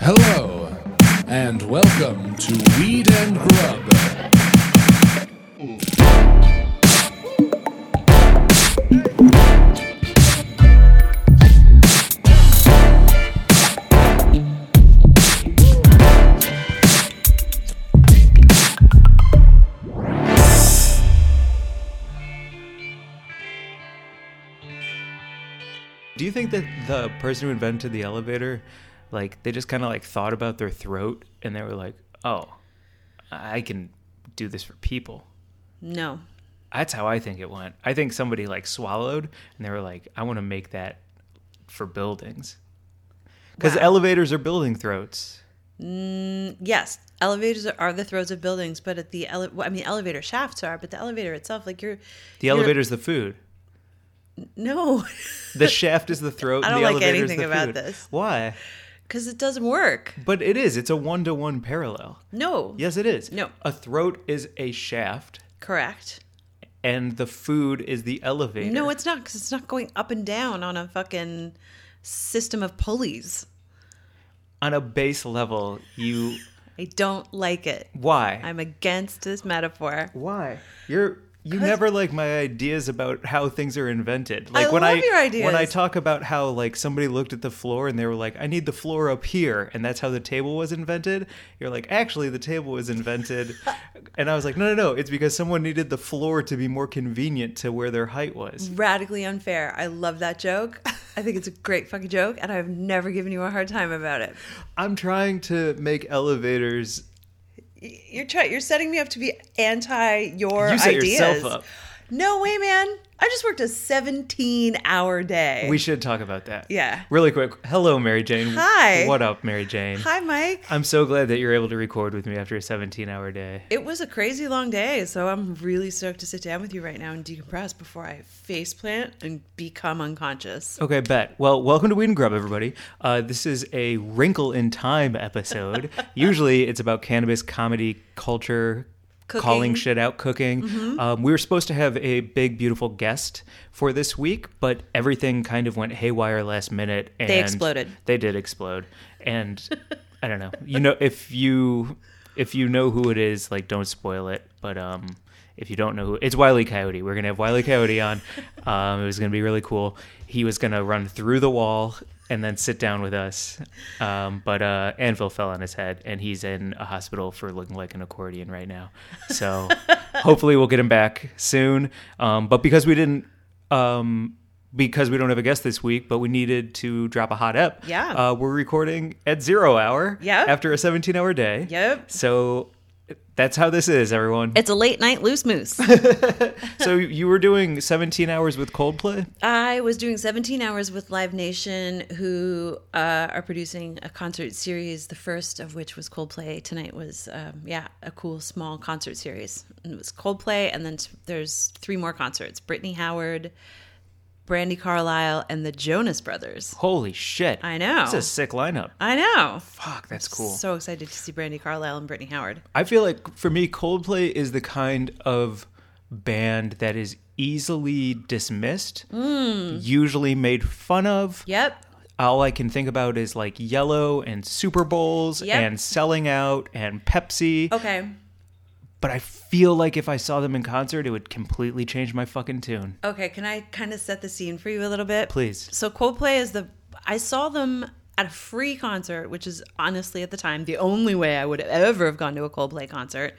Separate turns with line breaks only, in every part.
Hello, and welcome to Weed and Grub.
Do you think that the person who invented the elevator, like they just kind of like thought about their throat and they were like, "Oh, I can do this for people."
No.
That's how I think it went. I think somebody like swallowed and they were like, "I want to make that for buildings." Cuz
Wow.
elevators are building throats.
Yes, elevators are the throats of buildings, but at the ele- well, I mean, elevator shafts are, but the elevator itself, like you're
The
You're-
elevator's the food.
no,
The shaft is the throat.
I
and
don't like
the elevator's
anything
the
about
food.
this.
Why?
because it doesn't work.
But it is. It's a one to one parallel.
No.
Yes, it is.
No.
A throat is a shaft,
Correct.
and the food is the elevator.
No, it's not because it's not going up and down on a fucking system of pulleys.
on a base level, you
I don't like it.
why?
I'm against this metaphor.
why? You're you never like my ideas about how things are invented. Like when
love
I
your ideas.
when I talk about how like somebody looked at the floor and they were like, "I need the floor up here," and that's how the table was invented. You're like, "Actually, the table was invented," and I was like, "No, no, no! It's because someone needed the floor to be more convenient to where their height
Mm.
was."
Radically unfair. I love that joke. I think it's a great fucking joke, and I've never given you a hard time about it.
I'm trying to make elevators.
Y- You're try- you're setting me up to be anti your
You set
ideas.
yourself up.
No way, man. I just worked a 17 hour day.
We should talk about that.
Yeah.
Really quick. Hello, Mary Jane.
Hi.
What up, Mary Jane?
Hi, Mike.
I'm so glad that you're able to record with me after a 17 hour day.
It was a crazy long day, so I'm really stoked to sit down with you right now and decompress before I faceplant and become unconscious.
Okay, bet. Well, welcome to Weed and Grub, everybody. Uh, this is a wrinkle in time episode. Usually it's about cannabis, comedy, culture, calling
Cooking. Mm-hmm.
shit out, cooking. Um, we were supposed to have a big, beautiful guest for this week, but everything kind of went haywire last minute. And
exploded.
They did explode. And I don't know. You know, if you. If you know who it is, like don't spoil it. But um, if you don't know who it's Wiley Coyote. We're gonna have Wiley Coyote on. Um, it was gonna be really cool. He was gonna run through the wall and then sit down with us. Um, but uh, Anvil fell on his head, and he's in a hospital for looking like an accordion right now. So hopefully we'll get him back soon. Um, but because we didn't. Um, because we don't have a guest this week, but we needed to drop a hot ep.
Yeah.
Uh, we're recording at zero hour.
Yep.
After a 17 hour day.
Yep.
So that's how this is, everyone.
It's a late night loose moose.
so you were doing 17 hours with Coldplay?
I was doing 17 hours with Live Nation, who uh, are producing a concert series. The first of which was Coldplay. Tonight was, um, yeah, a cool small concert series. And it was Coldplay, and then t- there's three more concerts: Brittany Howard, Brandy Carlisle, and the Jonas Brothers.
Holy shit.
I know.
It's a sick lineup.
I know.
Fuck, that's cool.
So excited to see Brandy Carlisle and Brittany Howard.
I feel like for me, Coldplay is the kind of band that is easily dismissed,
Hmm.
usually made fun of.
Yep.
all I can think about is like yellow and Super Bowls
Yep. Oh.
and selling out and Pepsi.
Okay.
But I feel like if I saw them in concert, it would completely change my fucking tune.
Okay. Can I kind of set the scene for you a little bit?
Please.
Oh, So Coldplay is the I saw them at a free concert, which is honestly at the time the only way I would ever have gone to a Coldplay concert.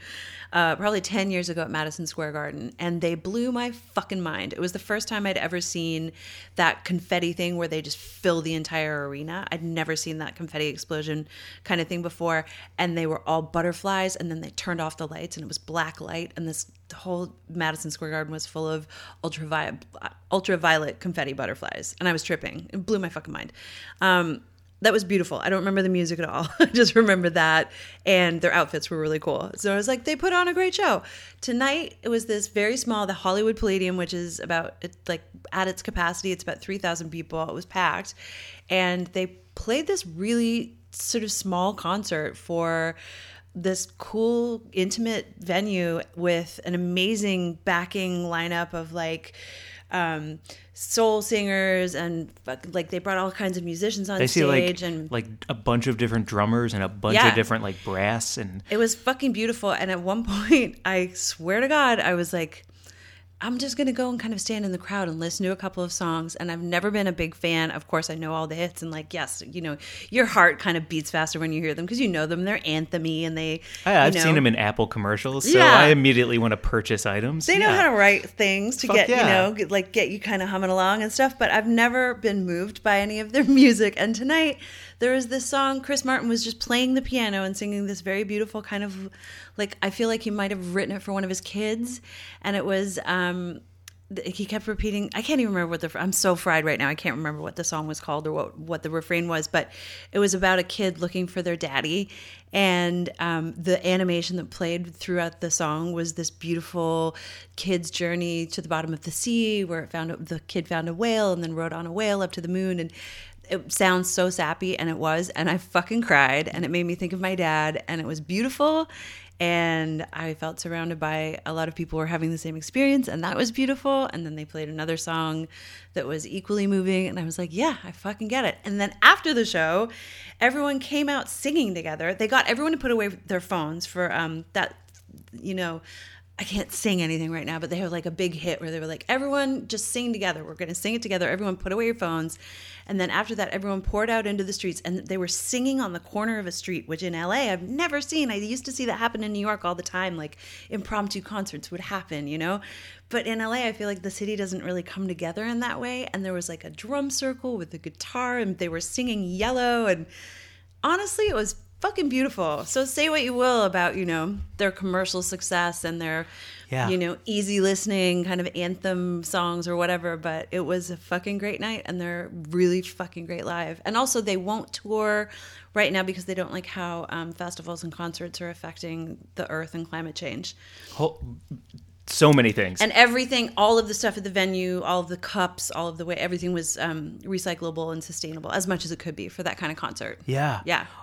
Uh, probably 10 years ago at Madison Square Garden, and they blew my fucking mind. It was the first time I'd ever seen that confetti thing where they just fill the entire arena. I'd never seen that confetti explosion kind of thing before, and they were all butterflies, and then they turned off the lights, and it was black light, and this the whole Madison Square Garden was full of ultraviolet, ultraviolet confetti butterflies, and I was tripping. It blew my fucking mind. Um, that was beautiful. I don't remember the music at all. I just remember that, and their outfits were really cool. So I was like, they put on a great show. Tonight it was this very small, the Hollywood Palladium, which is about it, like at its capacity, it's about three thousand people. It was packed, and they played this really sort of small concert for this cool intimate venue with an amazing backing lineup of like um, soul singers and fuck- like they brought all kinds of musicians on
I see
stage
like
and
like a bunch of different drummers and a bunch
Yeah.
of different like brass and
it was fucking beautiful. And at one point, I swear to God, I was like, I'm just gonna go and kind of stand in the crowd and listen to a couple of songs. And I've never been a big fan. Of course, I know all the hits, and like, yes, you know, your heart kind of beats faster when you hear them because you know them. They're anthemy, and they.
I, I've
you know,
seen them in Apple commercials, so
Yeah.
I immediately want to purchase items.
They know how to write things to
Fuck
get you
yeah.
know get- like get you kind of humming along and stuff. But I've never been moved by any of their music. And tonight there was this song. Chris Martin was just playing the piano and singing this very beautiful kind of like I feel like he might have written it for one of his kids, and it was. um th- he kept repeating i can't even remember what the fr- i'm so fried right now i can't remember what the song was called or what, what the refrain was but it was about a kid looking for their daddy and um, the animation that played throughout the song was this beautiful kid's journey to the bottom of the sea where it found the kid found a whale and then rode on a whale up to the moon and it sounds so sappy and it was and i fucking cried and it made me think of my dad and it was beautiful and i felt surrounded by a lot of people who were having the same experience and that was beautiful and then they played another song that was equally moving and i was like yeah i fucking get it and then after the show everyone came out singing together they got everyone to put away their phones for um, that you know I can't sing anything right now, but they have like a big hit where they were like, everyone just sing together. We're going to sing it together. Everyone put away your phones. And then after that, everyone poured out into the streets and they were singing on the corner of a street, which in LA I've never seen. I used to see that happen in New York all the time. Like impromptu concerts would happen, you know? But in LA, I feel like the city doesn't really come together in that way. And there was like a drum circle with a guitar and they were singing yellow and honestly, it was fucking beautiful. So say what you will about, you know, their commercial success and their
Yeah.
you know, easy listening kind of anthem songs or whatever, but it was a fucking great night and they're really fucking great live. And also they won't tour right now because they don't like how um, festivals and concerts are affecting the earth and climate change.
Whole- so many things.
And everything, all of the stuff at the venue, all of the cups, all of the way, everything was um, recyclable and sustainable as much as it could be for that kind of concert.
yeah.
Yeah.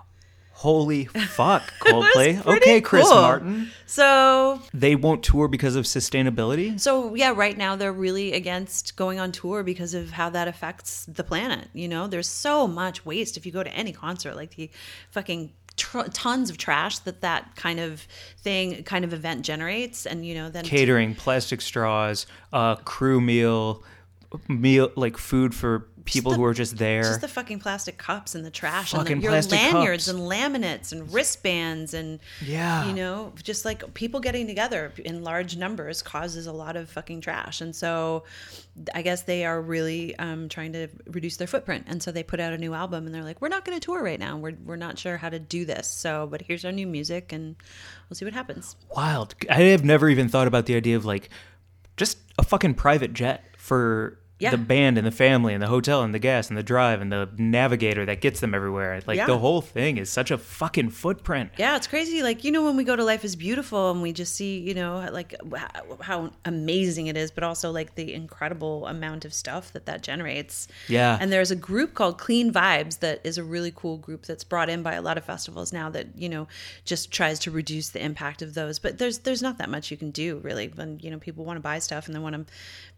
Holy fuck,
was
Coldplay.
pretty
okay, Chris
cool.
Martin.
So
They won't tour because of sustainability.
So yeah, right now they're really against going on tour because of how that affects the planet. You know, there's so much waste if you go to any concert, like the fucking tr- tons of trash that that kind of thing, kind of event generates, and you know then
Catering, plastic straws, uh, crew meal, meal like food for people
the-
who are just there.
Just the fucking plastic cups and the trash
Fucking
and the, your
plastic
lanyards
cups.
and laminates and wristbands and
Yeah.
you know, just like people getting together in large numbers causes a lot of fucking trash. And so, I guess they are really um, trying to reduce their footprint. And so they put out a new album, and they're like, "We're not going to tour right now. We're we're not sure how to do this. So, but here's our new music, and we'll see what happens."
Wild. I have never even thought about the idea of like just a fucking private jet for
Yeah.
the band and the family and the hotel and the gas and the drive and the navigator that gets them everywhere. Like
Yeah.
the whole thing is such a fucking footprint.
Yeah, it's crazy. Like you know, when we go to Life is Beautiful and we just see you know like wh- how amazing it is, but also like the incredible amount of stuff that that generates.
Yeah.
And there's a group called Clean Vibes that is a really cool group that's brought in by a lot of festivals now that you know just tries to reduce the impact of those. But there's there's not that much you can do really when you know people want to buy stuff and they want to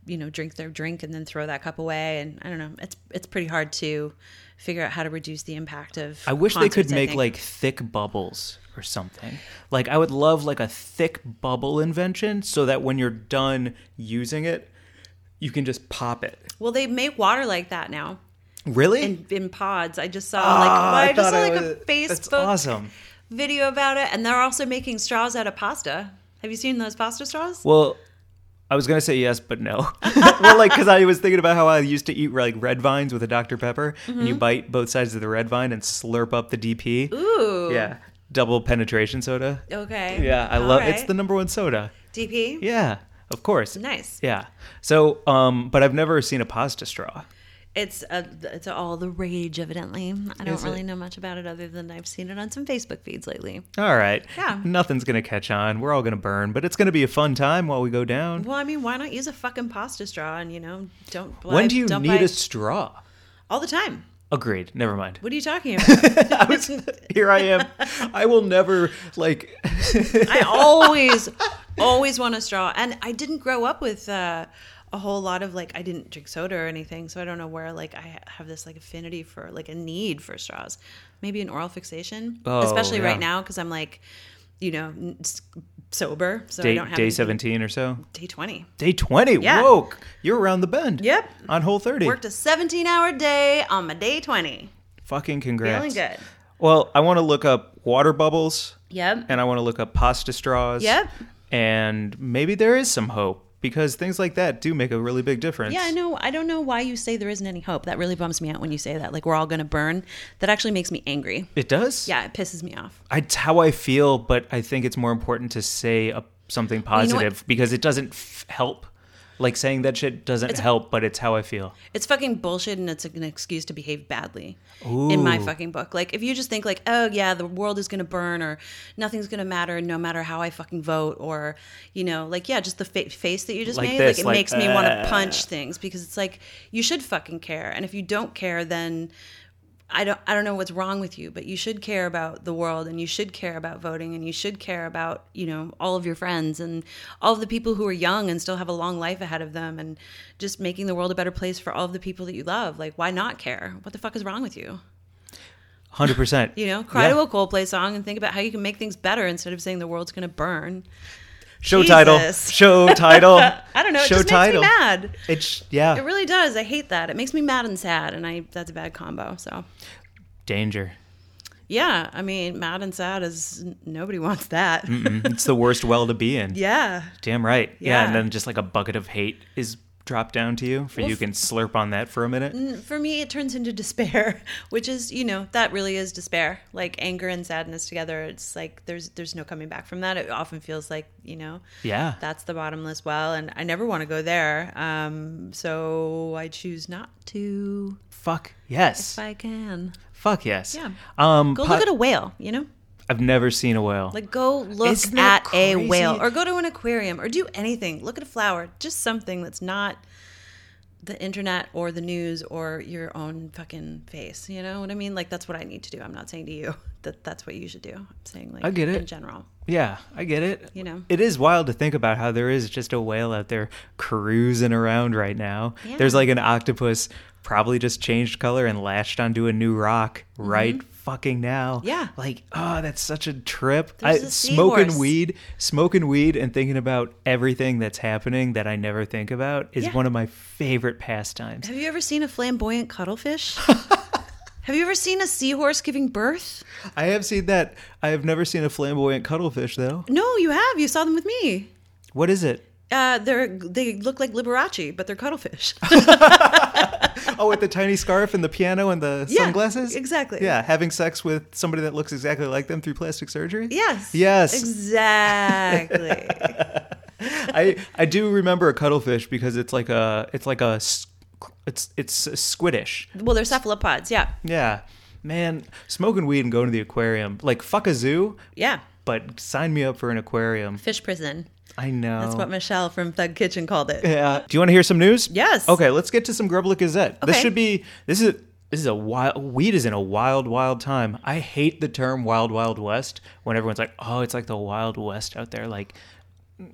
you know drink their drink and then throw that cup away. And I don't know, it's it's pretty hard to figure out how to reduce the impact of.
I wish they could
concerts, I
make
think.
like thick bubbles or something. Like I would love like a thick bubble invention so that when you're done using it, you can just pop it.
Well, they make water like that now
Really?
in, in pods. I just saw like
Ah,
I, just
thought
saw
it
like a
was-
Facebook
That's awesome.
video about it, and they're also making straws out of pasta. Have you seen those pasta straws?
Well, I was gonna say yes, but no. well, like because I was thinking about how I used to eat like red vines with a Dr Pepper, and you bite both sides of the red vine and slurp up the DP.
Mm-hmm. Ooh.
Yeah, double penetration soda.
Okay.
Yeah, I
All
love it's
right.
the number one soda.
DP.
Yeah, of course.
Nice.
Yeah. So, um, but I've never seen a pasta straw.
It's a, it's all the rage, evidently. I don't
Is it?
really know much about it other than I've seen it on some Facebook feeds lately.
All right.
Yeah.
Nothing's gonna catch on. We're all gonna burn, but it's gonna be a fun time while we go down.
Well, I mean, why not use a fucking pasta straw and you know don't buy,
when do you
don't
need
buy-
a straw?
all the time?
Agreed. Never mind.
What are you talking about?
Here I am. I will never like.
I always, always want a straw. And I didn't grow up with uh, a whole lot of like I didn't drink soda or anything, so I don't know where like I ha- have this like affinity for like a need for straws. Maybe an oral fixation,
Oh,
especially
yeah.
right now because I'm like, you know, n- s- sober, so I
Day,
don't have
day
anything-
17 or so.
day twenty.
Day 20.
Yeah.
Whoa. You're around the bend.
Yep.
On whole 30.
Worked a 17 hour day on my day 20.
Fucking congrats.
Feeling good.
Well, I want to look up water bubbles
Yep.
and I want to look up pasta straws.
Yep.
And maybe there is some hope because things like that do make a really big difference.
Yeah, I know. I don't know why you say there isn't any hope. That really bums me out when you say that. Like we're all going to burn. That actually makes me angry.
It does?
Yeah, it pisses me off.
I- It's how I feel, but I think it's more important to say a, something
you know
positive
what?
because it doesn't f- help. Like saying that shit doesn't help, but it's how I feel.
It's fucking bullshit, and it's an excuse to behave badly. In my
Ooh.
fucking book, like if you just think like, oh yeah, the world is going to burn, or nothing's going to matter, no matter how I fucking vote, or you know, like yeah, just the fa- face that you just
Like
made,
this,
like it
like, uh.
makes me want to punch things because it's like you should fucking care, and if you don't care, then I don't I don't know what's wrong with you, but you should care about the world and you should care about voting and you should care about, you know, all of your friends and all of the people who are young and still have a long life ahead of them and just making the world a better place for all of the people that you love. Like why not care? What the fuck is wrong with you?
100%.
You know, cry
Yeah.
to a Coldplay song and think about how you can make things better instead of saying the world's going to burn.
Show title.
Jesus.
Show title.
I don't know, it
Show
just makes me
title.
mad.
It's yeah.
It really does. I hate that. It makes me mad and sad and I that's a bad combo. So,
Danger.
yeah, I mean, mad and sad is nobody wants that.
It's the worst well to be in.
Yeah.
Damn right. Yeah. and
Yeah.
then just like a bucket of hate is dropped down to you, for you
f-
can slurp on that for a minute.
for me it turns into despair which is you know that really is despair like anger and sadness together it's like there's there's no coming back from that it often feels like you know
Yeah,
that's the bottomless well and i never want to go there um so i choose not to
fuck yes,
if i can
fuck yes.
Yeah.
Um,
go
po-
look at a whale you know
I've never seen a whale.
like go look
Isn't that
at a whale
crazy?
or go to an aquarium or do anything look at a flower just something that's not the internet or the news or your own fucking face you know what i mean like that's what i need to do i'm not saying to you that that's what you should do i'm saying like
I get it.
in general
yeah, I get it.
You know.
it is wild to think about how there is just a whale out there cruising around right now.
Yeah.
There's like an octopus probably just changed color and latched onto a new rock right fucking now.
Mm-hmm. Yeah.
like oh, that's such a trip.
There's
I,
a
smoking
seahorse.
weed, smoking weed, and thinking about everything that's happening that I never think about is
Yeah.
one of my favorite pastimes.
have you ever seen a flamboyant cuttlefish have you ever seen a seahorse giving birth
I have seen that. I have never seen a flamboyant cuttlefish though.
no you have you saw them with me
What is it?
uh, they're they look like Liberace, but they're cuttlefish.
Oh, with the tiny scarf and the piano and the
Yeah,
sunglasses?
exactly.
Yeah, having sex with somebody that looks exactly like them through plastic surgery?
yes.
Yes.
Exactly.
I I do remember a cuttlefish because it's like a it's like a s- it's it's a squiddish.
well, they're cephalopods. Yeah.
Yeah. Man, smoking weed and going to the aquarium. Like fuck a zoo,
Yeah.
but sign me up for an aquarium.
Fish prison.
I know.
That's what Michelle from Thug Kitchen called it.
Yeah. Do you want to hear some news?
Yes.
Okay, let's get to some Grubla Gazette. This
Okay.
should be this is this is a wild weed is in a wild, wild time. I hate the term wild, wild west when everyone's like, Oh, it's like the wild west out there. Like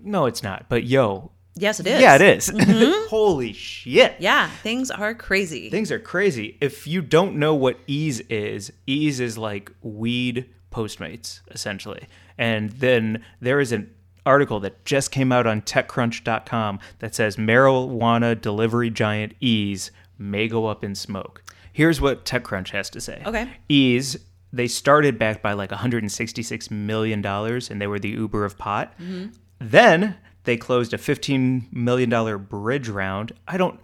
no, it's not. But yo.
Yes, it is. Mm-hmm.
Yeah, it is. Holy shit.
Yeah, things are crazy.
Things are crazy. If you don't know what ease is, ease is like weed postmates, essentially. And then there is an article that just came out on techcrunch.com that says marijuana delivery giant ease may go up in smoke. Here's what TechCrunch has to say.
Okay.
Ease, they started back by like $166 million, and they were the Uber of pot. Then they closed a $15 million bridge round. I don't,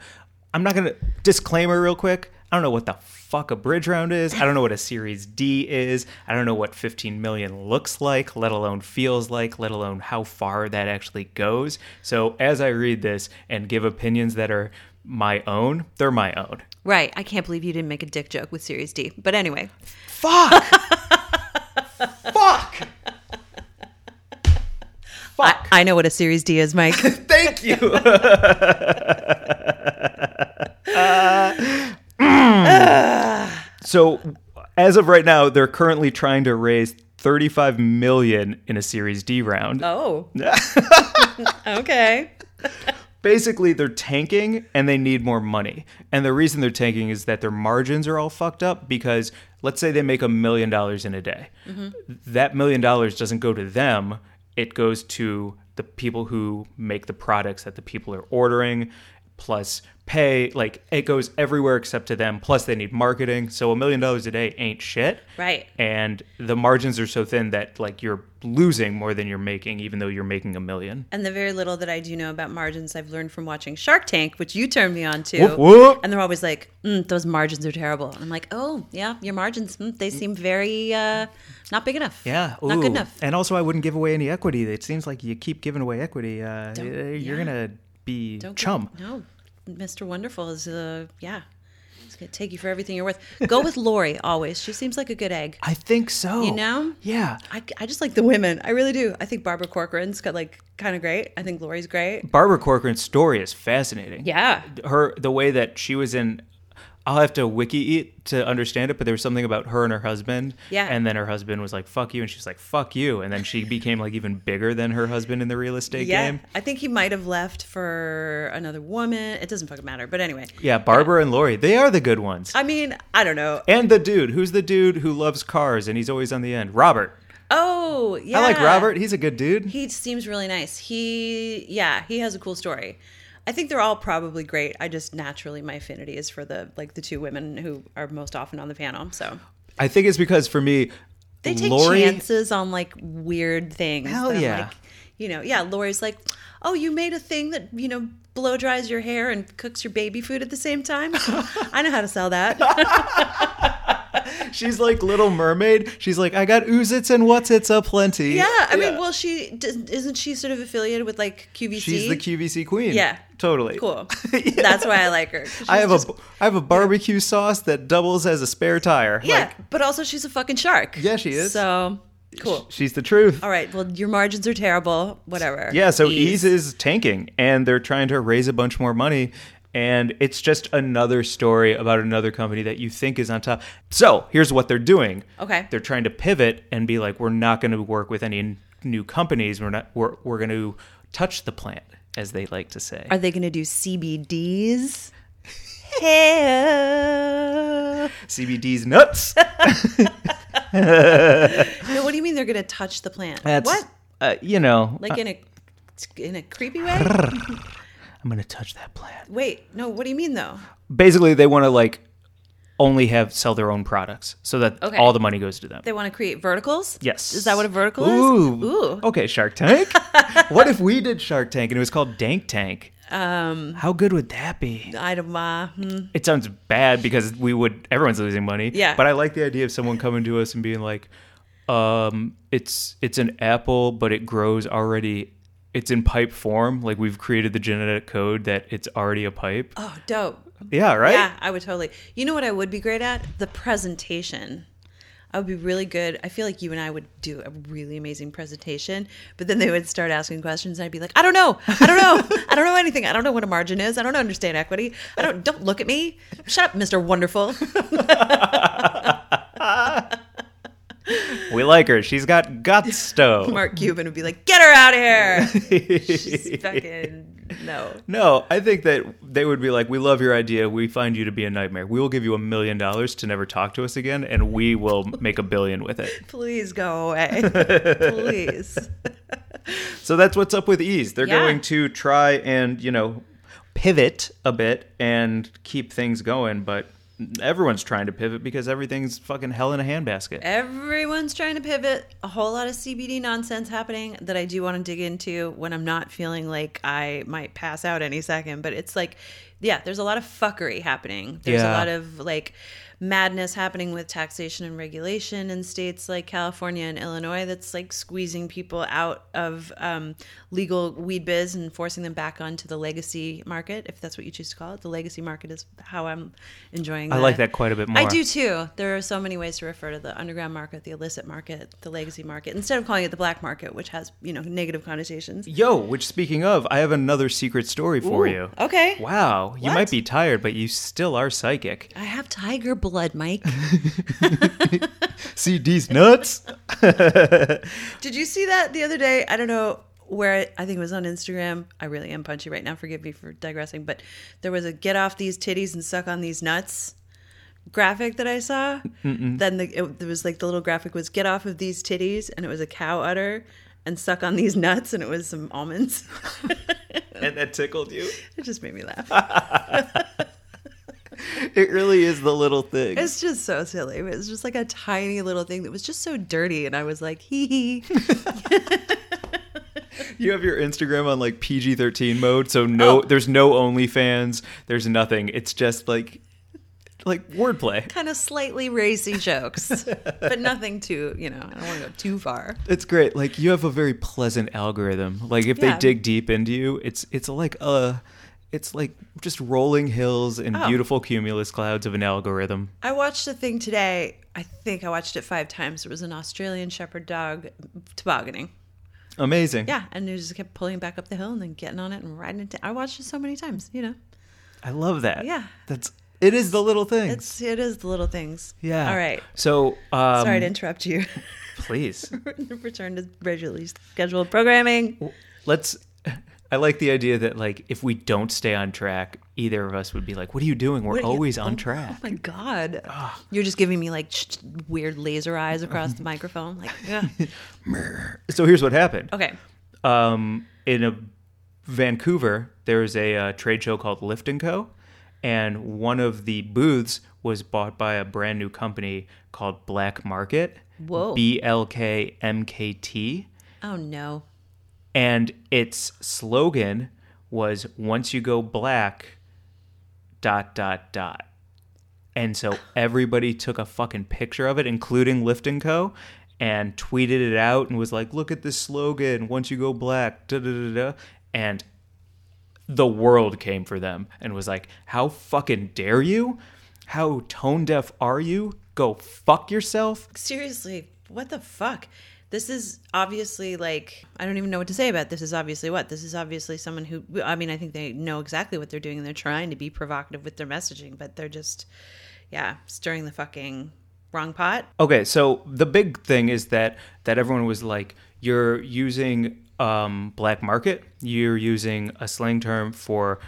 I'm not going to, disclaimer real quick. I don't know what the fuck a bridge round is. I don't know what a Series D is. I don't know what 15 million looks like, let alone feels like, let alone how far that actually goes. So as I read this and give opinions that are my own, they're my own.
Right. I can't believe you didn't make a dick joke with Series D. But anyway,
Fuck. Fuck.
I, I know what a Series D is, Mike.
Thank you. so, as of right now, they're currently trying to raise 35 million in a Series D round.
oh. okay.
basically they're tanking and they need more money. And the reason they're tanking is that their margins are all fucked up because let's say they make a million dollars in a day. That million dollars doesn't go to them, it goes to the people who make the products that the people are ordering plus pay like it goes everywhere except to them plus they need marketing so a million dollars a day ain't shit
Right.
and the margins are so thin that like you're losing more than you're making even though you're making a million
And the very little that I do know about margins, I've learned from watching Shark Tank, which you turned me on to.
Whoop, whoop.
And they're always like, mm, "Those margins are terrible." And I'm like, "Oh, yeah, your margins, mm, they seem very uh, not big enough.
Yeah,
not
ooh.
good enough."
And also, I wouldn't give away any equity. It seems like you keep giving away equity. Uh,
Don't-
you're
yeah.
gonna be
Don't go-
chum.
no, Mr. Wonderful is uh, yeah, it's gonna take you for everything you're worth. Go with Lori always. She seems like a good egg.
I think so.
You know?
Yeah.
I, I just like the women. I really do. I think Barbara Corcoran's got like kind of great. I think Lori's great.
Barbara Corcoran's story is fascinating.
Yeah.
Her the way that she was in. I'll have to wiki it to understand it, but there was something about her and her husband.
Yeah.
And then her husband was like, fuck you. And she's like, fuck you. And then she became like even bigger than her husband in the real estate
Yeah,
game.
I think he might have left for another woman. It doesn't fucking matter. But anyway,
Yeah. Barbara and Lori, they are the good ones.
I mean, I don't know.
and the dude. Who's the dude who loves cars and he's always on the end? Robert.
Oh, yeah.
I like Robert. He's a good dude.
He seems really nice. He, yeah, he has a cool story. I think they're all probably great. I just naturally my affinity is for the like the two women who are most often on the panel. So
I think it's because for me,
they take
Lori,
chances on like weird things.
Hell
that I'm
yeah.
Like, you know, yeah. Lori's like, oh, you made a thing that you know blow dries your hair and cooks your baby food at the same time. I know how to sell that.
she's like Little Mermaid. She's like, I got oozits and whatsits a plenty.
Yeah, I mean, well, she d- isn't she sort of affiliated with like QVC?
she's the QVC queen.
Yeah.
totally.
Cool.
Yeah.
That's why I like her. 'cause
I have
she's just-
a I have a barbecue sauce that doubles as a spare tire.
yeah,
Like,
but also she's a fucking shark.
Yeah, she is.
So cool.
she's the truth.
All right. Well, your margins are terrible. Whatever.
Yeah, so Ease
Ease.
is tanking, and they're trying to raise a bunch more money. And it's just another story about another company that you think is on top. So here's what they're doing.
Okay.
They're trying to pivot and be like, we're not going to work with any n- new companies. We're not. We're we're going to touch the plant, as they like to say.
Are they going to do CBDs? Hell.
CBD's nuts.
No, what do you mean they're going to touch the plant?
That's
what?
Uh, you know.
Like
uh,
in a in a creepy way?
I'm going to touch that plant.
Wait, no. What do you mean though?
Basically, they want to like only have sell their own products so that
Okay.
all the money goes to them.
They want to create verticals.
Yes.
Is that what a vertical is?
Ooh.
Ooh.
Okay, Shark Tank. what if we did Shark Tank and it was called Dank Tank? Um, How good would that be?
I don't. Uh, hmm.
It sounds bad because we would everyone's losing money.
Yeah.
But I like the idea of someone coming to us and being like, um, it's it's an apple, but it grows already it's in pipe form. Like we've created the genetic code that it's already a pipe.
Oh, dope.
yeah, right?
Yeah, I would totally. You know what I would be great at? The presentation. I would be really good. I feel like you and I would do a really amazing presentation, but then they would start asking questions and I'd be like, "I don't know. I don't know. I don't know anything. I don't know what a margin is. I don't understand equity. I don't don't look at me. Shut up, Mr. Wonderful."
We like her. She's got gusto.
Mark Cuban would be like, "Get her out of here." She's fucking no.
No, I think that they would be like, "We love your idea. We find you to be a nightmare. We will give you a million dollars to never talk to us again, and we will make a billion with it."
Please go away. Please.
So that's what's up with Ease. They're
Yeah.
going to try and you know pivot a bit and keep things going, but everyone's trying to pivot because everything's fucking hell in a
Eh.
handbasket.
Everyone's trying to pivot. A whole lot of CBD nonsense happening that I do want to dig into when I'm not feeling like I might pass out any second. But it's like, yeah, there's a lot of fuckery happening. There's a
Yeah.
lot of like madness happening with taxation and regulation in states like California and Illinois that's like squeezing people out of um, legal weed biz and forcing them back onto the legacy market, if that's what you choose to call it. The legacy market is how I'm enjoying
I
the-
like that quite a bit more.
I do too. There are so many ways to refer to the underground market, the illicit market, the legacy market, instead of calling it the black market, which has you know negative connotations.
Yo, which speaking of, I have another secret story for you.
Okay.
Wow, you
oh. What?
might be tired, but you still are psychic.
I have tiger blood, Mike.
See these nuts?
Did you see that the other day? I don't know where I think it was on Instagram. I really am punchy right now. Forgive me for digressing, but there was a "get off these titties and suck on these nuts" graphic that I saw. Then the, it, there was like the little graphic was "get off of these titties" and it was a cow udder and suck on these nuts and it was some almonds.
and that tickled you.
it just made me laugh.
It really is the little thing.
It's just so silly. It was just like a tiny little thing that was just so dirty, and I was like, hee hee.
You have your Instagram on like PG thirteen mode, so no,
Oh.
there's no OnlyFans, there's nothing. It's just like, like wordplay.
kind of slightly racy jokes, but nothing too, you know, I don't want to go too far.
It's great. Like you have a very pleasant algorithm. Like if
Yeah.
they dig deep into you, it's it's like uh it's like just rolling hills and
Oh.
beautiful cumulus clouds of an algorithm.
I watched a thing today. I think I watched it five times. It was an Australian Shepherd dog tobogganing.
Amazing.
Yeah, and it just kept pulling back up the hill and then getting on it and riding it. Down. I watched it so many times. You know,
I love that.
Yeah.
That's it is the little things.
it's it is the little things.
yeah.
All right.
So um
Sorry to interrupt you.
please.
Return to regularly scheduled programming.
Let's I like the idea that like if we don't stay on track, either of us would be like, What are you doing? We're
What are you-
always
oh,
on track.
Oh my god! You're just giving me like sh- sh- weird laser eyes across the microphone. Like, ugh.
So here's what happened.
okay,
um, in a Vancouver, there was a uh, trade show called Lift and Co, and one of the booths was bought by a brand new company called Black Market.
Whoa.
B L K M K T,
oh no,
and its slogan was "Once you go black, dot dot dot." And so everybody took a fucking picture of it, including Lift and Co. And tweeted it out and was like, "Look at this slogan! Once you go black, da da da da." And the world came for them and was like, How fucking dare you? How tone deaf are you? Go fuck yourself.
seriously, what the fuck? This is obviously like I don't even know what to say about this. Is obviously what this is obviously someone who I mean I think they know exactly what they're doing and they're trying to be provocative with their messaging, but they're just yeah stirring the fucking wrong pot.
Okay, so the big thing is that that everyone was like, you're using um, black market. You're using a slang term for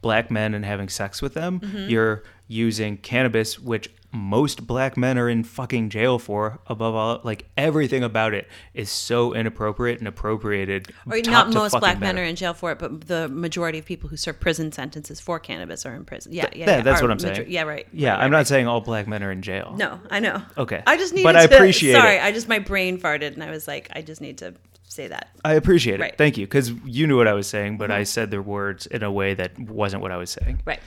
black men and having sex with them.
Mm-hmm.
You're using cannabis, which most black men are in fucking jail for. Above all, like everything about it is so inappropriate and appropriated.
Or
top
not
to
most
fucking
black men
bottom.
are in jail for it, but the majority of people who serve prison sentences for cannabis are in prison. Yeah, yeah,
yeah,
yeah.
that's
Are
what I'm saying.
major- yeah, right.
Yeah,
right,
I'm
right,
not saying all black men are in jail.
No, I know.
Okay.
I just needed
But
to.
I appreciate it.
sorry, I just my brain farted, and I was like, I just need to say that.
I appreciate it.
Right.
Thank you, because you knew what I was saying, but I said their words in a way that wasn't what I was saying.
Right.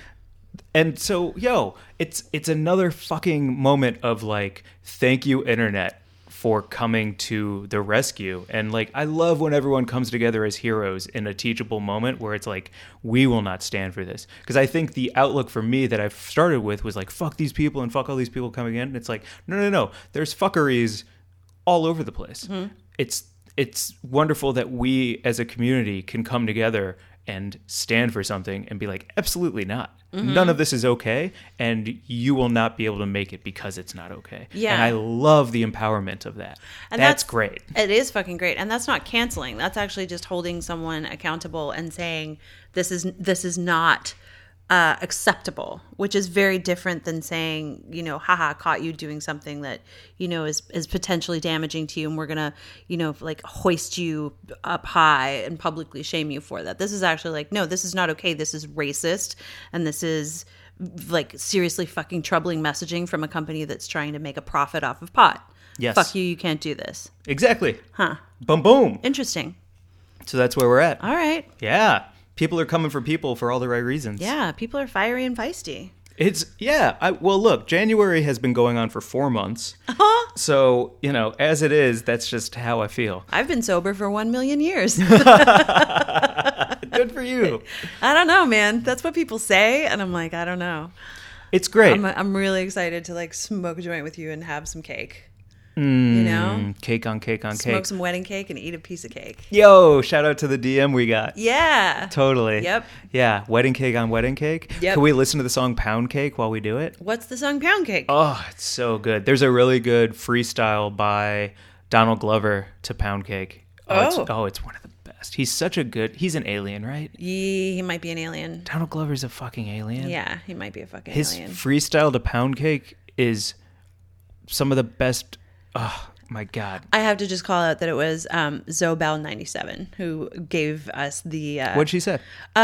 And so, yo, it's it's another fucking moment of like, thank you, internet, for coming to the rescue. And like, I love when everyone comes together as heroes in a teachable moment where it's like, we will not stand for this. Because I think the outlook for me that I've started with was like, fuck these people and fuck all these people coming in. And it's like, no, no, no. There's fuckeries all over the place.
Mm-hmm.
It's it's wonderful that we as a community can come together and stand for something and be like, absolutely not.
Mm-hmm.
None of this is okay, and you will not be able to make it because it's not okay.
Yeah.
and I love the empowerment of that.
And
that's, great.
It is fucking great, and that's not canceling. That's actually just holding someone accountable and saying this is this is not uh, acceptable, which is very different than saying you know, haha, caught you doing something that you know is is potentially damaging to you, and we're gonna you know like hoist you up high and publicly shame you for that. This is actually like no, this is not okay. This is racist, and this is like seriously fucking troubling messaging from a company that's trying to make a profit off of pot.
Yes.
Fuck you, you can't do this.
Exactly. Huh. Boom, boom.
Interesting.
So that's where we're at.
All right.
Yeah. People are coming for people for all the right reasons.
Yeah, people are fiery and feisty.
It's yeah. I, well, look, January has been going on for four months.
Uh-huh.
So you know, as it is, that's just how I feel.
I've been sober for one million years.
Good for you.
I don't know, man. That's what people say, and I'm like, I don't know.
It's great.
I'm, I'm really excited to like smoke a joint with you and have some cake. you know,
Mm, cake on cake on
smoke
Hmm, cake.
some wedding cake and eat a piece of cake.
Yo, shout out to the DM we got.
Yeah.
Totally.
Yep.
Yeah, wedding cake on wedding cake.
Yep.
Can we listen to the song Pound Cake while we do it?
What's the song Pound Cake?
Oh, it's so good. There's a really good freestyle by Donald Glover to Pound Cake. it's,
Oh.
oh, it's one of the best. He's such a good. He's an alien, right?
He, he might be an alien.
Donald Glover's a fucking alien.
Yeah, he might be a fucking
His
alien.
freestyle to Pound Cake is some of the best. Oh my god!
I have to just call out that it was um, Zobel ninety seven who gave us the. Uh,
What'd she say?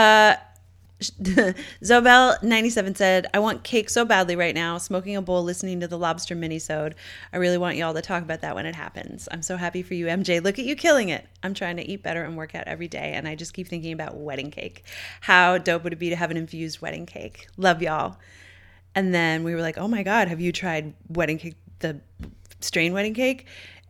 Zobel ninety seven said, "I want cake so badly right now. Smoking a bowl, listening to the lobster minisode. I really want y'all to talk about that when it happens. I'm so happy for you, MJ. Look at you killing it. I'm trying to eat better and work out every day, and I just keep thinking about wedding cake. How dope would it be to have an infused wedding cake? Love y'all." And then we were like, "Oh my god, have you tried wedding cake? The strain wedding cake?"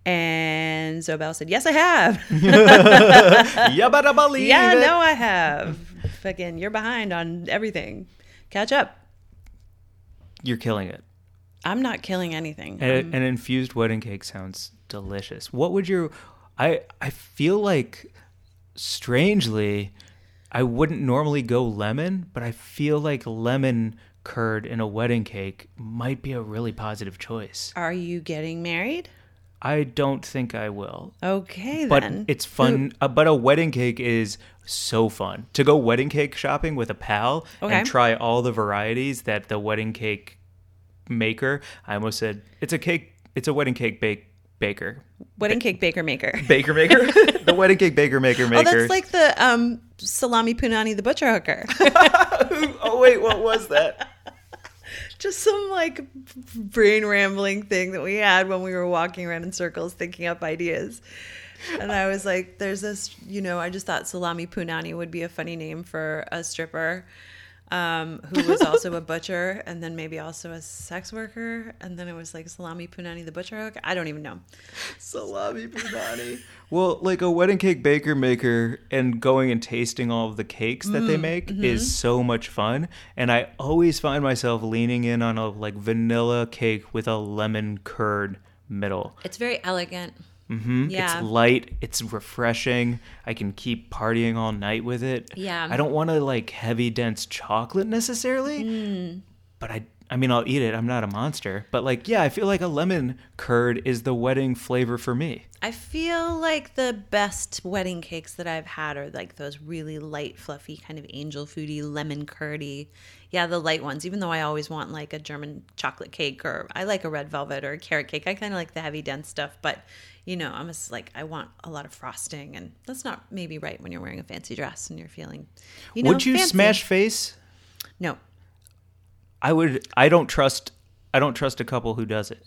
And Zobel said, "Yes, I have."
Yabba dabba leave
uh, Yeah,
it.
no, I have. Fucking, you're behind on everything. Catch up.
You're killing it.
I'm not killing anything.
And an infused wedding cake sounds delicious. What would your I I feel like strangely I wouldn't normally go lemon, but I feel like lemon curd in a wedding cake might be a really positive choice.
Are you getting married?
I don't think I will.
Okay,
But
then.
it's fun. Uh, but a wedding cake is so fun. To go wedding cake shopping with a pal
Okay.
and try all the varieties that the wedding cake maker. I almost said it's a cake. It's a wedding cake bake baker.
wedding cake baker maker.
Baker maker. the wedding cake baker maker
Oh,
maker.
that's like the um, salami punani, the butcher hooker.
oh wait, what was that?
Just some like brain rambling thing that we had when we were walking around in circles thinking up ideas. And I was like, there's this, you know, I just thought salami punani would be a funny name for a stripper um, who was also a butcher and then maybe also a sex worker. And then it was like salami punani, the butcher hook. I don't even know.
Salami punani.
Well, like a wedding cake baker maker and going and tasting all of the cakes that
Mm,
they make
mm-hmm.
is so much fun. And I always find myself leaning in on a like vanilla cake with a lemon curd middle.
It's very elegant. Mm-hmm. Yeah.
It's light, it's refreshing. I can keep partying all night with it.
Yeah.
I don't want to like heavy dense chocolate necessarily,
Hmm.
but I I mean I'll eat it. I'm not a monster, but like yeah, I feel like a lemon curd is the wedding flavor for me.
I feel like the best wedding cakes that I've had are like those really light, fluffy, kind of angel foody, lemon curdy. Yeah, the light ones, even though I always want like a German chocolate cake or I like a red velvet or a carrot cake. I kind of like the heavy, dense stuff, but you know, I'm just like, I want a lot of frosting, and that's not maybe right when you're wearing a fancy dress and you're feeling, you know,
Would you
fancy.
smash face?
No.
I would. I don't trust. I don't trust a couple who does it.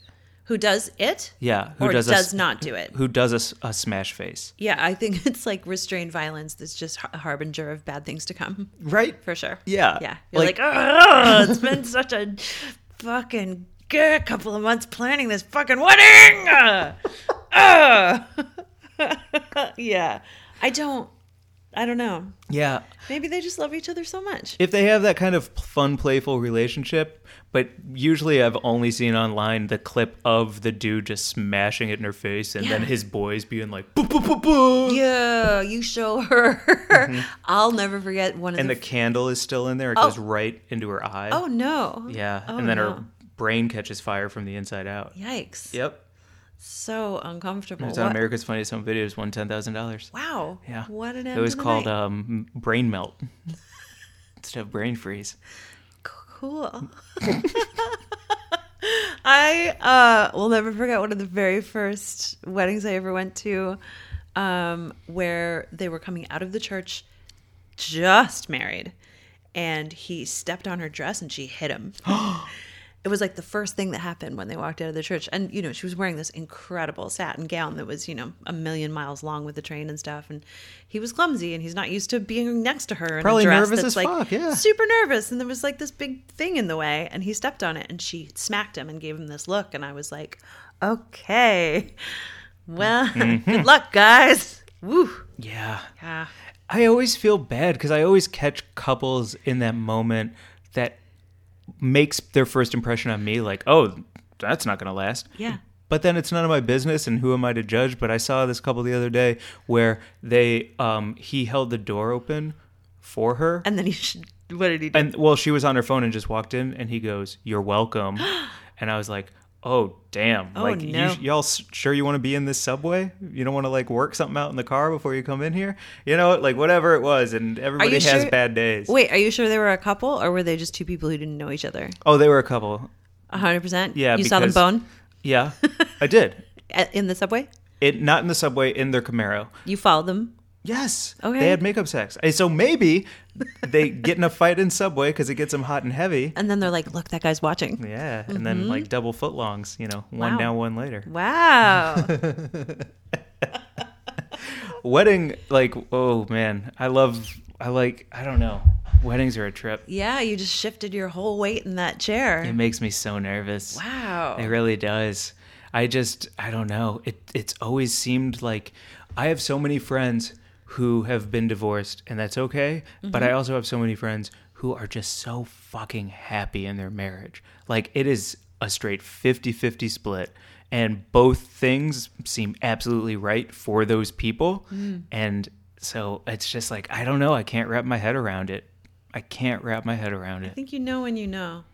Who does it?
Yeah, who
or
does
does,
a-
not do it.
Who does a s- a, smash face?
Yeah, I think it's like restrained violence that's just a harbinger of bad things to come.
Right.
for sure.
Yeah.
Yeah. You're like,
Like-
"Ugh, it's been such a fucking good couple of months planning this fucking wedding. Ugh." Ugh." yeah. I don't, I don't know.
Yeah.
Maybe they just love each other so much.
If they have that kind of fun, playful relationship, but usually I've only seen online the clip of the dude just smashing it in her face, and then
Yeah.
his boys being like, boo, boo, boo, boo.
Yeah, you show her. I'll never forget one of
Mm-hmm. and
the.
the candle is still in there. It goes right into her eye.
oh, no.
Yeah.
Oh,
and then her
no.
brain catches fire from the inside out.
Yikes.
Yep.
So uncomfortable.
It was on
What-
America's Funniest Home Videos, won ten thousand dollars.
Wow.
Yeah.
What an end
It was
to the
called
night.
um, brain melt instead of brain freeze.
cool. I uh, will never forget one of the very first weddings I ever went to, um, where they were coming out of the church, just married, and he stepped on her dress and she hit him. it was like the first thing that happened when they walked out of the church, and you know she was wearing this incredible satin gown that was you know a million miles long with the train and stuff, and he was clumsy and he's not used to being next to her. In
Probably
a dress
nervous as
that's like
fuck, yeah.
super nervous and there was like this big thing in the way and he stepped on it and she smacked him and gave him this look and i was like okay well
Mm-hmm.
good luck guys woo
Yeah.
yeah
I always feel bad because I always catch couples in that moment that makes their first impression on me like, oh, that's not going to last.
yeah
But then it's none of my business, and who am I to judge? But I saw this couple the other day where they, um, he held the door open for her,
and then he should what did he do
And well, she was on her phone and just walked in, and he goes, "You're welcome," and I was like, oh damn
Oh,
like
no.
you, y'all s- sure you want to be in this subway you don't want to like work something out in the car before you come in here you know like whatever it was and everybody has
sure-
bad days
Wait, are you sure they were a couple or were they just two people who didn't know each other?
oh they were a couple
100%?
Yeah,
You saw them
because-
bone
yeah i did
at, in the subway?
it not in the subway in their camaro
You followed them?
Yes.
Okay.
They had makeup sex. And So maybe they get in a fight in Subway because it gets them hot and heavy.
And then they're like, look, that guy's watching.
Yeah. And then like double footlongs, you know, one
Mm-hmm. Wow.
now, one later.
Wow.
Wedding, like, oh man, I love, I like, I don't know. Weddings are a trip.
yeah, you just shifted your whole weight in that chair.
It makes me so nervous.
Wow.
It really does. I just I don't know. It it's always seemed like I have so many friends who have been divorced and that's okay, but I
Mm-hmm.
also have so many friends who are just so fucking happy in their marriage. Like it is a straight 50-50 split and both things seem absolutely right for those people
Mm.
and so it's just like I don't know, I can't wrap my head around it. I can't wrap my head around
I
it.
think you know when you know.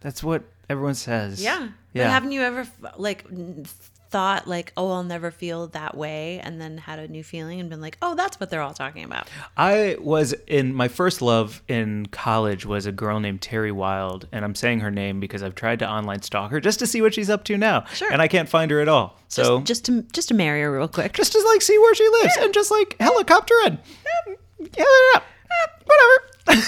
That's what everyone says.
Yeah. But haven't you ever f- like n- thought like, oh, I'll never feel that way, and then had a new feeling and been like, oh, that's what they're all talking about.
I was in my first love in college was a girl named Terry Wild, and I'm saying her name because I've tried to online stalk her just to see what she's up to now,
Sure.
and I can't find her at all.
Just,
So just,
just to just to marry her real quick.
just, to like see where she lives and just like helicopter in, yeah, yeah,
Ah.
yeah, whatever.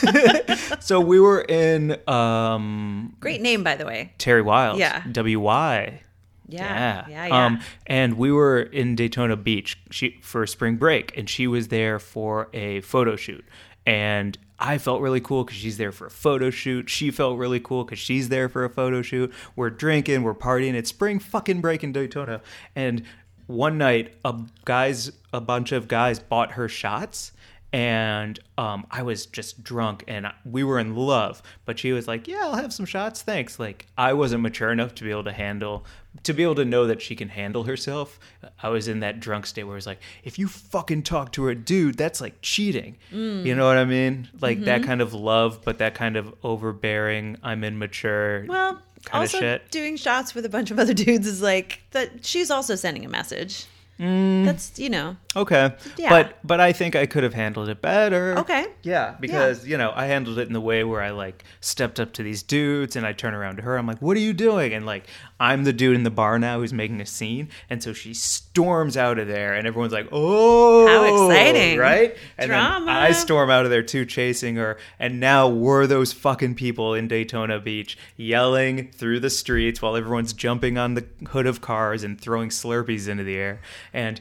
so we were in um,
Great name, by the way.
Terry Wild,
Yeah.
W Y.
Yeah. Yeah. Yeah.
Um, and we were in Daytona Beach she, for spring break, and she was there for a photo shoot. And I felt really cool because she's there for a photo shoot. She felt really cool because she's there for a photo shoot. We're drinking, we're partying. It's spring fucking break in Daytona. And one night, a guys, a bunch of guys bought her shots. And um, I was just drunk, and I- we were in love. But she was like, "Yeah, I'll have some shots, thanks." Like I wasn't mature enough to be able to handle to be able to know that she can handle herself, I was in that drunk state where it's like, if you fucking talk to a dude, that's like cheating.
Mm.
You know what I mean? Like that
Mm-hmm.
kind of love, but that kind of overbearing, I'm immature
well,
kind
also
of shit.
doing shots with a bunch of other dudes is like that. She's also sending a message.
Mm.
That's you know.
Okay.
Yeah.
But but I think I could have handled it better.
Okay.
Yeah, because you know, I handled it in the way where I like stepped up to these dudes and I turn around to her, I'm like, "What are you doing?" And like, I'm the dude in the bar now who's making a scene, and so she storms out of there and everyone's like, "Oh!"
How exciting.
Right? And
Drama.
then I storm out of there too chasing her, and now we're those fucking people in Daytona Beach yelling through the streets while everyone's jumping on the hood of cars and throwing Slurpees into the air. And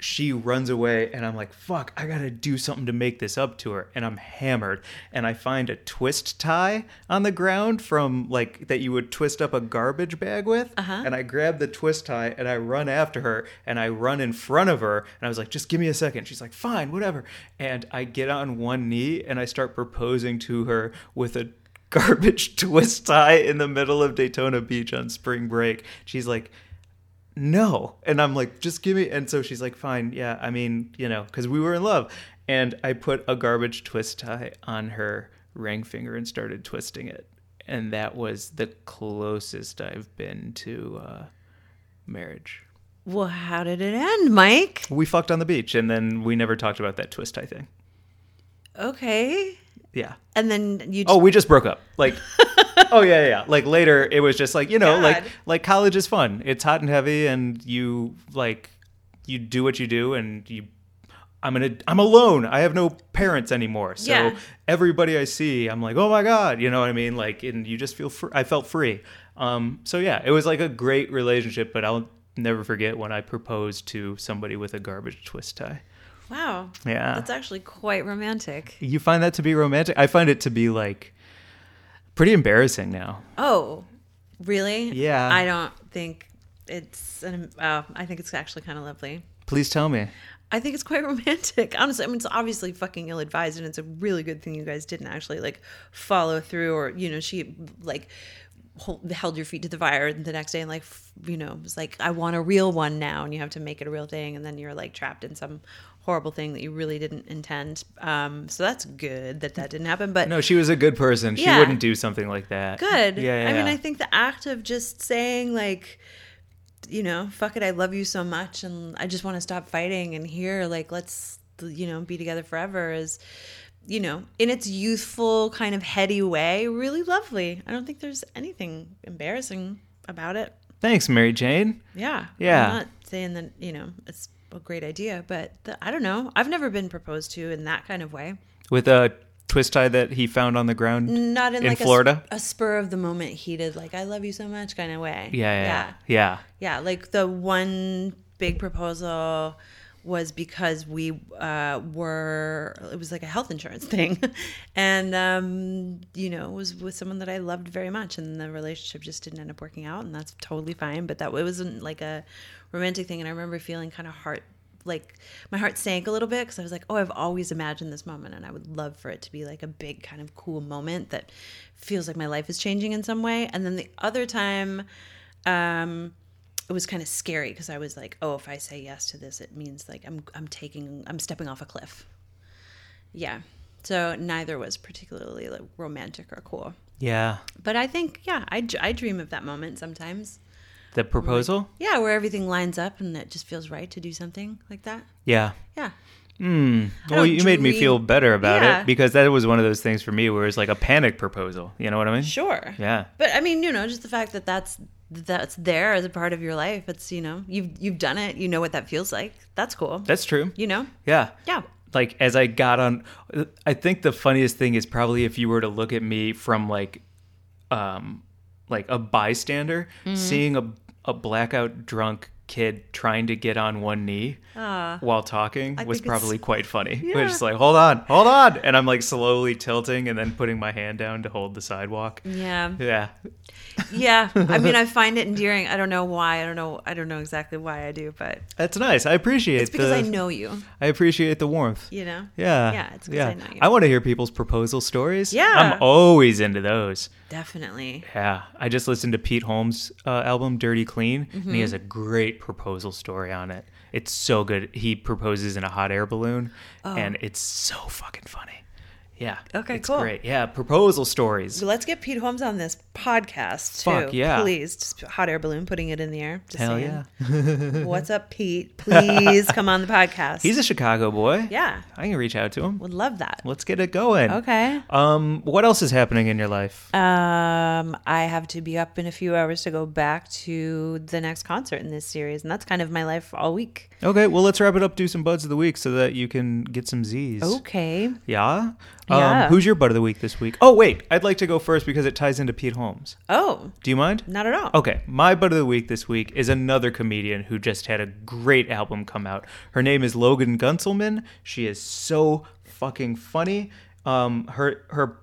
she runs away and I'm like, fuck, I gotta do something to make this up to her. And I'm hammered. And I find a twist tie on the ground from like that you would twist up a garbage bag with. And I grab the twist tie and I run after her and I run in front of her. And I was like, just give me a second. She's like, fine, whatever. And I get on one knee and I start proposing to her with a garbage twist tie in the middle of Daytona Beach on spring break. She's like, no. And I'm like, just give me. And so she's like, fine. Yeah. I mean, you know, because we were in love. And I put a garbage twist tie on her ring finger and started twisting it. And that was the closest I've been to uh, marriage.
Well, how did it end, Mike?
We fucked on the beach and then we never talked about that twist tie thing.
Okay.
Yeah.
And then you. Just,
Oh, we just broke up. Like, oh yeah, yeah, yeah. Like later, it was just like you know, like
God.
like college is fun. It's hot and heavy, and you like you do what you do, and you. I'm gonna. I'm alone. I have no parents anymore. So
Yeah.
everybody I see, I'm like, oh my god, you know what I mean? Like, and you just feel. Fr- I felt free. Um. So yeah, it was like a great relationship, but I'll never forget when I proposed to somebody with a garbage twist tie.
wow.
Yeah.
That's actually quite romantic.
You find that to be romantic? I find it to be like pretty embarrassing now.
Oh, really?
Yeah.
I don't think it's. An, uh, I think it's actually kind of lovely.
Please tell me.
I think it's quite romantic. Honestly, I mean, it's obviously fucking ill advised, and it's a really good thing you guys didn't actually like follow through, or you know, she like hold, held your feet to the fire the next day and like f- you know was like I want a real one now and you have to make it a real thing and then you're like trapped in some horrible thing that you really didn't intend. Um, so that's good that that didn't happen. But
No, she was a good person. She
Yeah.
wouldn't do something like that.
good.
Yeah, yeah.
I mean,
yeah.
I think the act of just saying like, you know, fuck it, I love you so much, and I just want to stop fighting, and here, like, let's, you know, be together forever is, you know, in its youthful kind of heady way, really lovely. I don't think there's anything embarrassing about it.
Thanks, Mary Jane.
Yeah.
Yeah.
I'm not saying that, you know, it's a great idea, but the, I don't know. I've never been proposed to in that kind of way.
With a twist tie that he found on the ground.
Not in,
In
like a sp-
Florida?
a, spur of the moment heated, like, I love you so much kind of way.
Yeah, yeah, yeah. Yeah.
Yeah, like the one big proposal was because we uh, were it was like a health insurance thing, and um, you know it was with someone that I loved very much, and the relationship just didn't end up working out, and that's totally fine. But that it wasn't like a romantic thing, and I remember feeling kind of heart like my heart sank a little bit because I was like, oh, I've always imagined this moment, and I would love for it to be like a big kind of cool moment that feels like my life is changing in some way. And then the other time it was kind of scary because I was like, oh, if I say yes to this, it means like I'm I'm taking I'm stepping off a cliff. Yeah. So neither was particularly like romantic or cool.
Yeah.
But I think yeah, I, d- I dream of that moment sometimes.
The proposal?
Yeah, where everything lines up and it just feels right to do something like that.
Yeah.
Yeah. I
Well,
don't
you made me
dream-
feel better about
Yeah.
it because that was one of those things for me where it's like a panic proposal. You know what I mean?
Sure.
Yeah.
But I mean, you know, just the fact that that's that's there as a part of your life. It's, you know, you've you've done it, you know what that feels like. That's cool.
That's true.
you know?
Yeah.
Yeah.
Like as I got on I think the funniest thing is probably if you were to look at me from like um like a bystander
Mm-hmm.
seeing a a blackout drunk kid trying to get on one knee while talking was
Ah. think it's-
probably quite funny. It was just like, "Hold on, hold on." And I'm like slowly tilting and then putting my hand down to hold the sidewalk.
Mm. Yeah.
Yeah.
Yeah, I mean, I find it endearing. I don't know why. I don't know. I don't know exactly why I do, but
That's nice. I appreciate
it's because
the
I know you.
I appreciate the warmth.
You know.
Yeah.
Yeah, it's 'cause I know you.
I want to hear people's proposal stories.
Yeah.
I'm always into those.
Definitely.
Yeah. I just listened to Pete Holmes' uh, album, Dirty Clean, and he has a
Mm-hmm.
great proposal story on it. It's so good. He proposes in a hot air balloon, and it's so fucking funny. Yeah.
Oh. Okay,
it's
cool.
great. Yeah. Proposal stories.
So let's get Pete Holmes on this podcast too.
Fuck, yeah.
Please, just hot air balloon, putting it in the air. Just
Hell
saying.
yeah.
What's up, Pete? Please come on the podcast.
He's a Chicago boy.
yeah.
I can reach out to him.
Would love that.
Let's get it going.
Okay.
Um, what else is happening in your life?
Um, I have to be up in a few hours to go back to the next concert in this series, and that's kind of my life all week.
Okay, well, let's wrap it up. Do some buds of the week so that you can get some Z's.
Okay.
Yeah. Um,
Oh. Yeah.
Who's your bud of the week this week? Oh, wait. I'd like to go first because it ties into Pete Holmes.
Oh,
Do you mind?
not at all.
Okay. My bud of the week this week is another comedian who just had a great album come out. Her name is Logan Gunselman. She is so fucking funny. Um, her her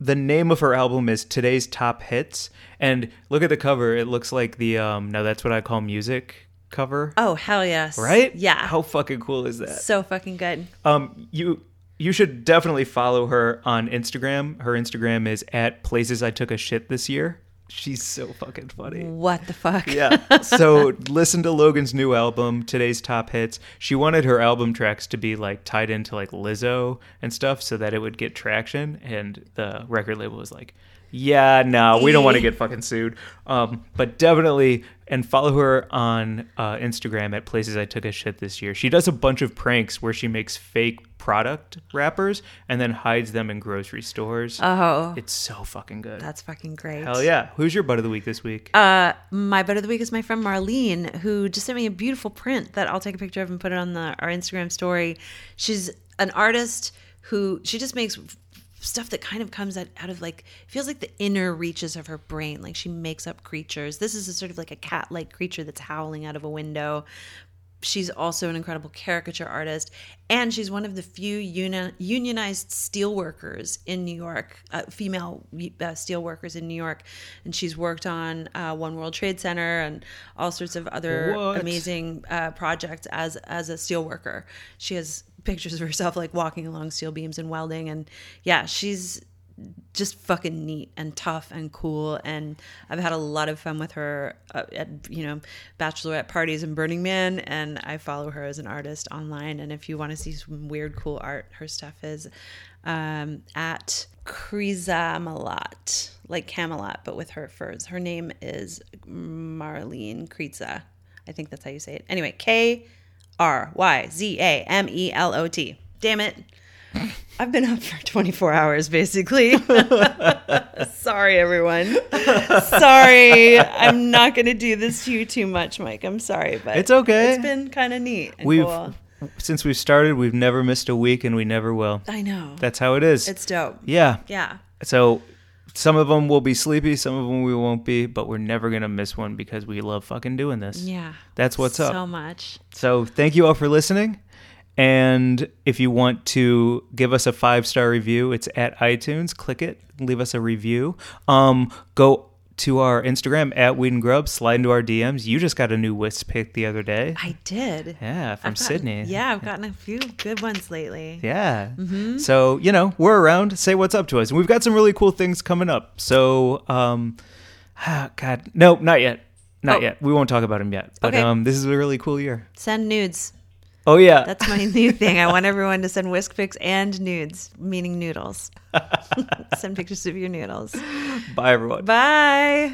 the name of her album is Today's Top Hits, and look at the cover. It looks like the um, no, that's what I call music cover.
Oh, hell yes.
Right?
Yeah.
How fucking cool is that?
so fucking good.
Um, you you should definitely follow her on Instagram. Her Instagram is at places I took a shit this year. She's so fucking funny.
What the fuck?
Yeah. so listen to Logan's new album, today's top hits. She wanted her album tracks to be like tied into like Lizzo and stuff, so that it would get traction. And the record label was like, "Yeah, no, we don't want to get fucking sued." Um, but definitely and follow her on uh, Instagram at places I took a shit this year. She does a bunch of pranks where she makes fake product wrappers and then hides them in grocery stores.
Oh,
it's so fucking good.
that's fucking great.
Hell yeah! Who's your butt of the week this week?
My butt of the week is my friend Marlene, who just sent me a beautiful print that I'll take a picture of and put it on the our Instagram story. She's an artist who she just makes stuff that kind of comes out, out of like feels like the inner reaches of her brain. Like she makes up creatures. This is a sort of like a cat like creature that's howling out of a window, She's also an incredible caricature artist, and she's one of the few uni- unionized steelworkers in New York, uh, female uh, steelworkers in New York. And she's worked on uh, One World Trade Center and all sorts of other
What?
amazing uh, projects as as a steelworker. She has pictures of herself like walking along steel beams and welding, and yeah, she's just fucking neat and tough and cool. And I've had a lot of fun with her uh, at, you know, bachelorette parties and Burning Man. And I follow her as an artist online. And if you want to see some weird, cool art, her stuff is um, at Krizamalot, like Camelot, but with her furs. Her name is Marlene Kriza. I think that's how you say it. Anyway, K R Y Z A M E L O T. Damn it. I've been up for 24 hours basically. Sorry, everyone. Sorry. I'm not going to do this to you too much, Mike. I'm sorry, but
It's okay.
It's been kind of neat. And
We've
cool.
since we've started, we've never missed a week, and we never will.
I know.
That's how it is.
it's dope.
yeah.
Yeah.
So some of them will be sleepy, some of them we won't be, but we're never gonna miss one because we love fucking doing this.
Yeah.
That's what's
so
up.
So much.
So thank you all for listening. And if you want to give us a five star review, it's at iTunes. Click it, leave us a review. Um, go to our Instagram at Weed and Grub, slide into our DMs. You just got a new Wisp pick the other day.
I did.
Yeah, from
I've gotten-
Sydney.
Yeah, I've gotten a few good ones lately.
Yeah.
Mm-hmm.
So, you know, we're around. Say what's up to us. And we've got some really cool things coming up. So, um, ah, God, no, not yet. Not
Oh.
yet. We won't talk about them yet. But
Okay.
um, this is a really cool year.
Send nudes.
Oh, yeah.
That's my new thing. I want everyone to send whisk pics and nudes, meaning noodles. send pictures of your noodles.
Bye, everyone.
Bye.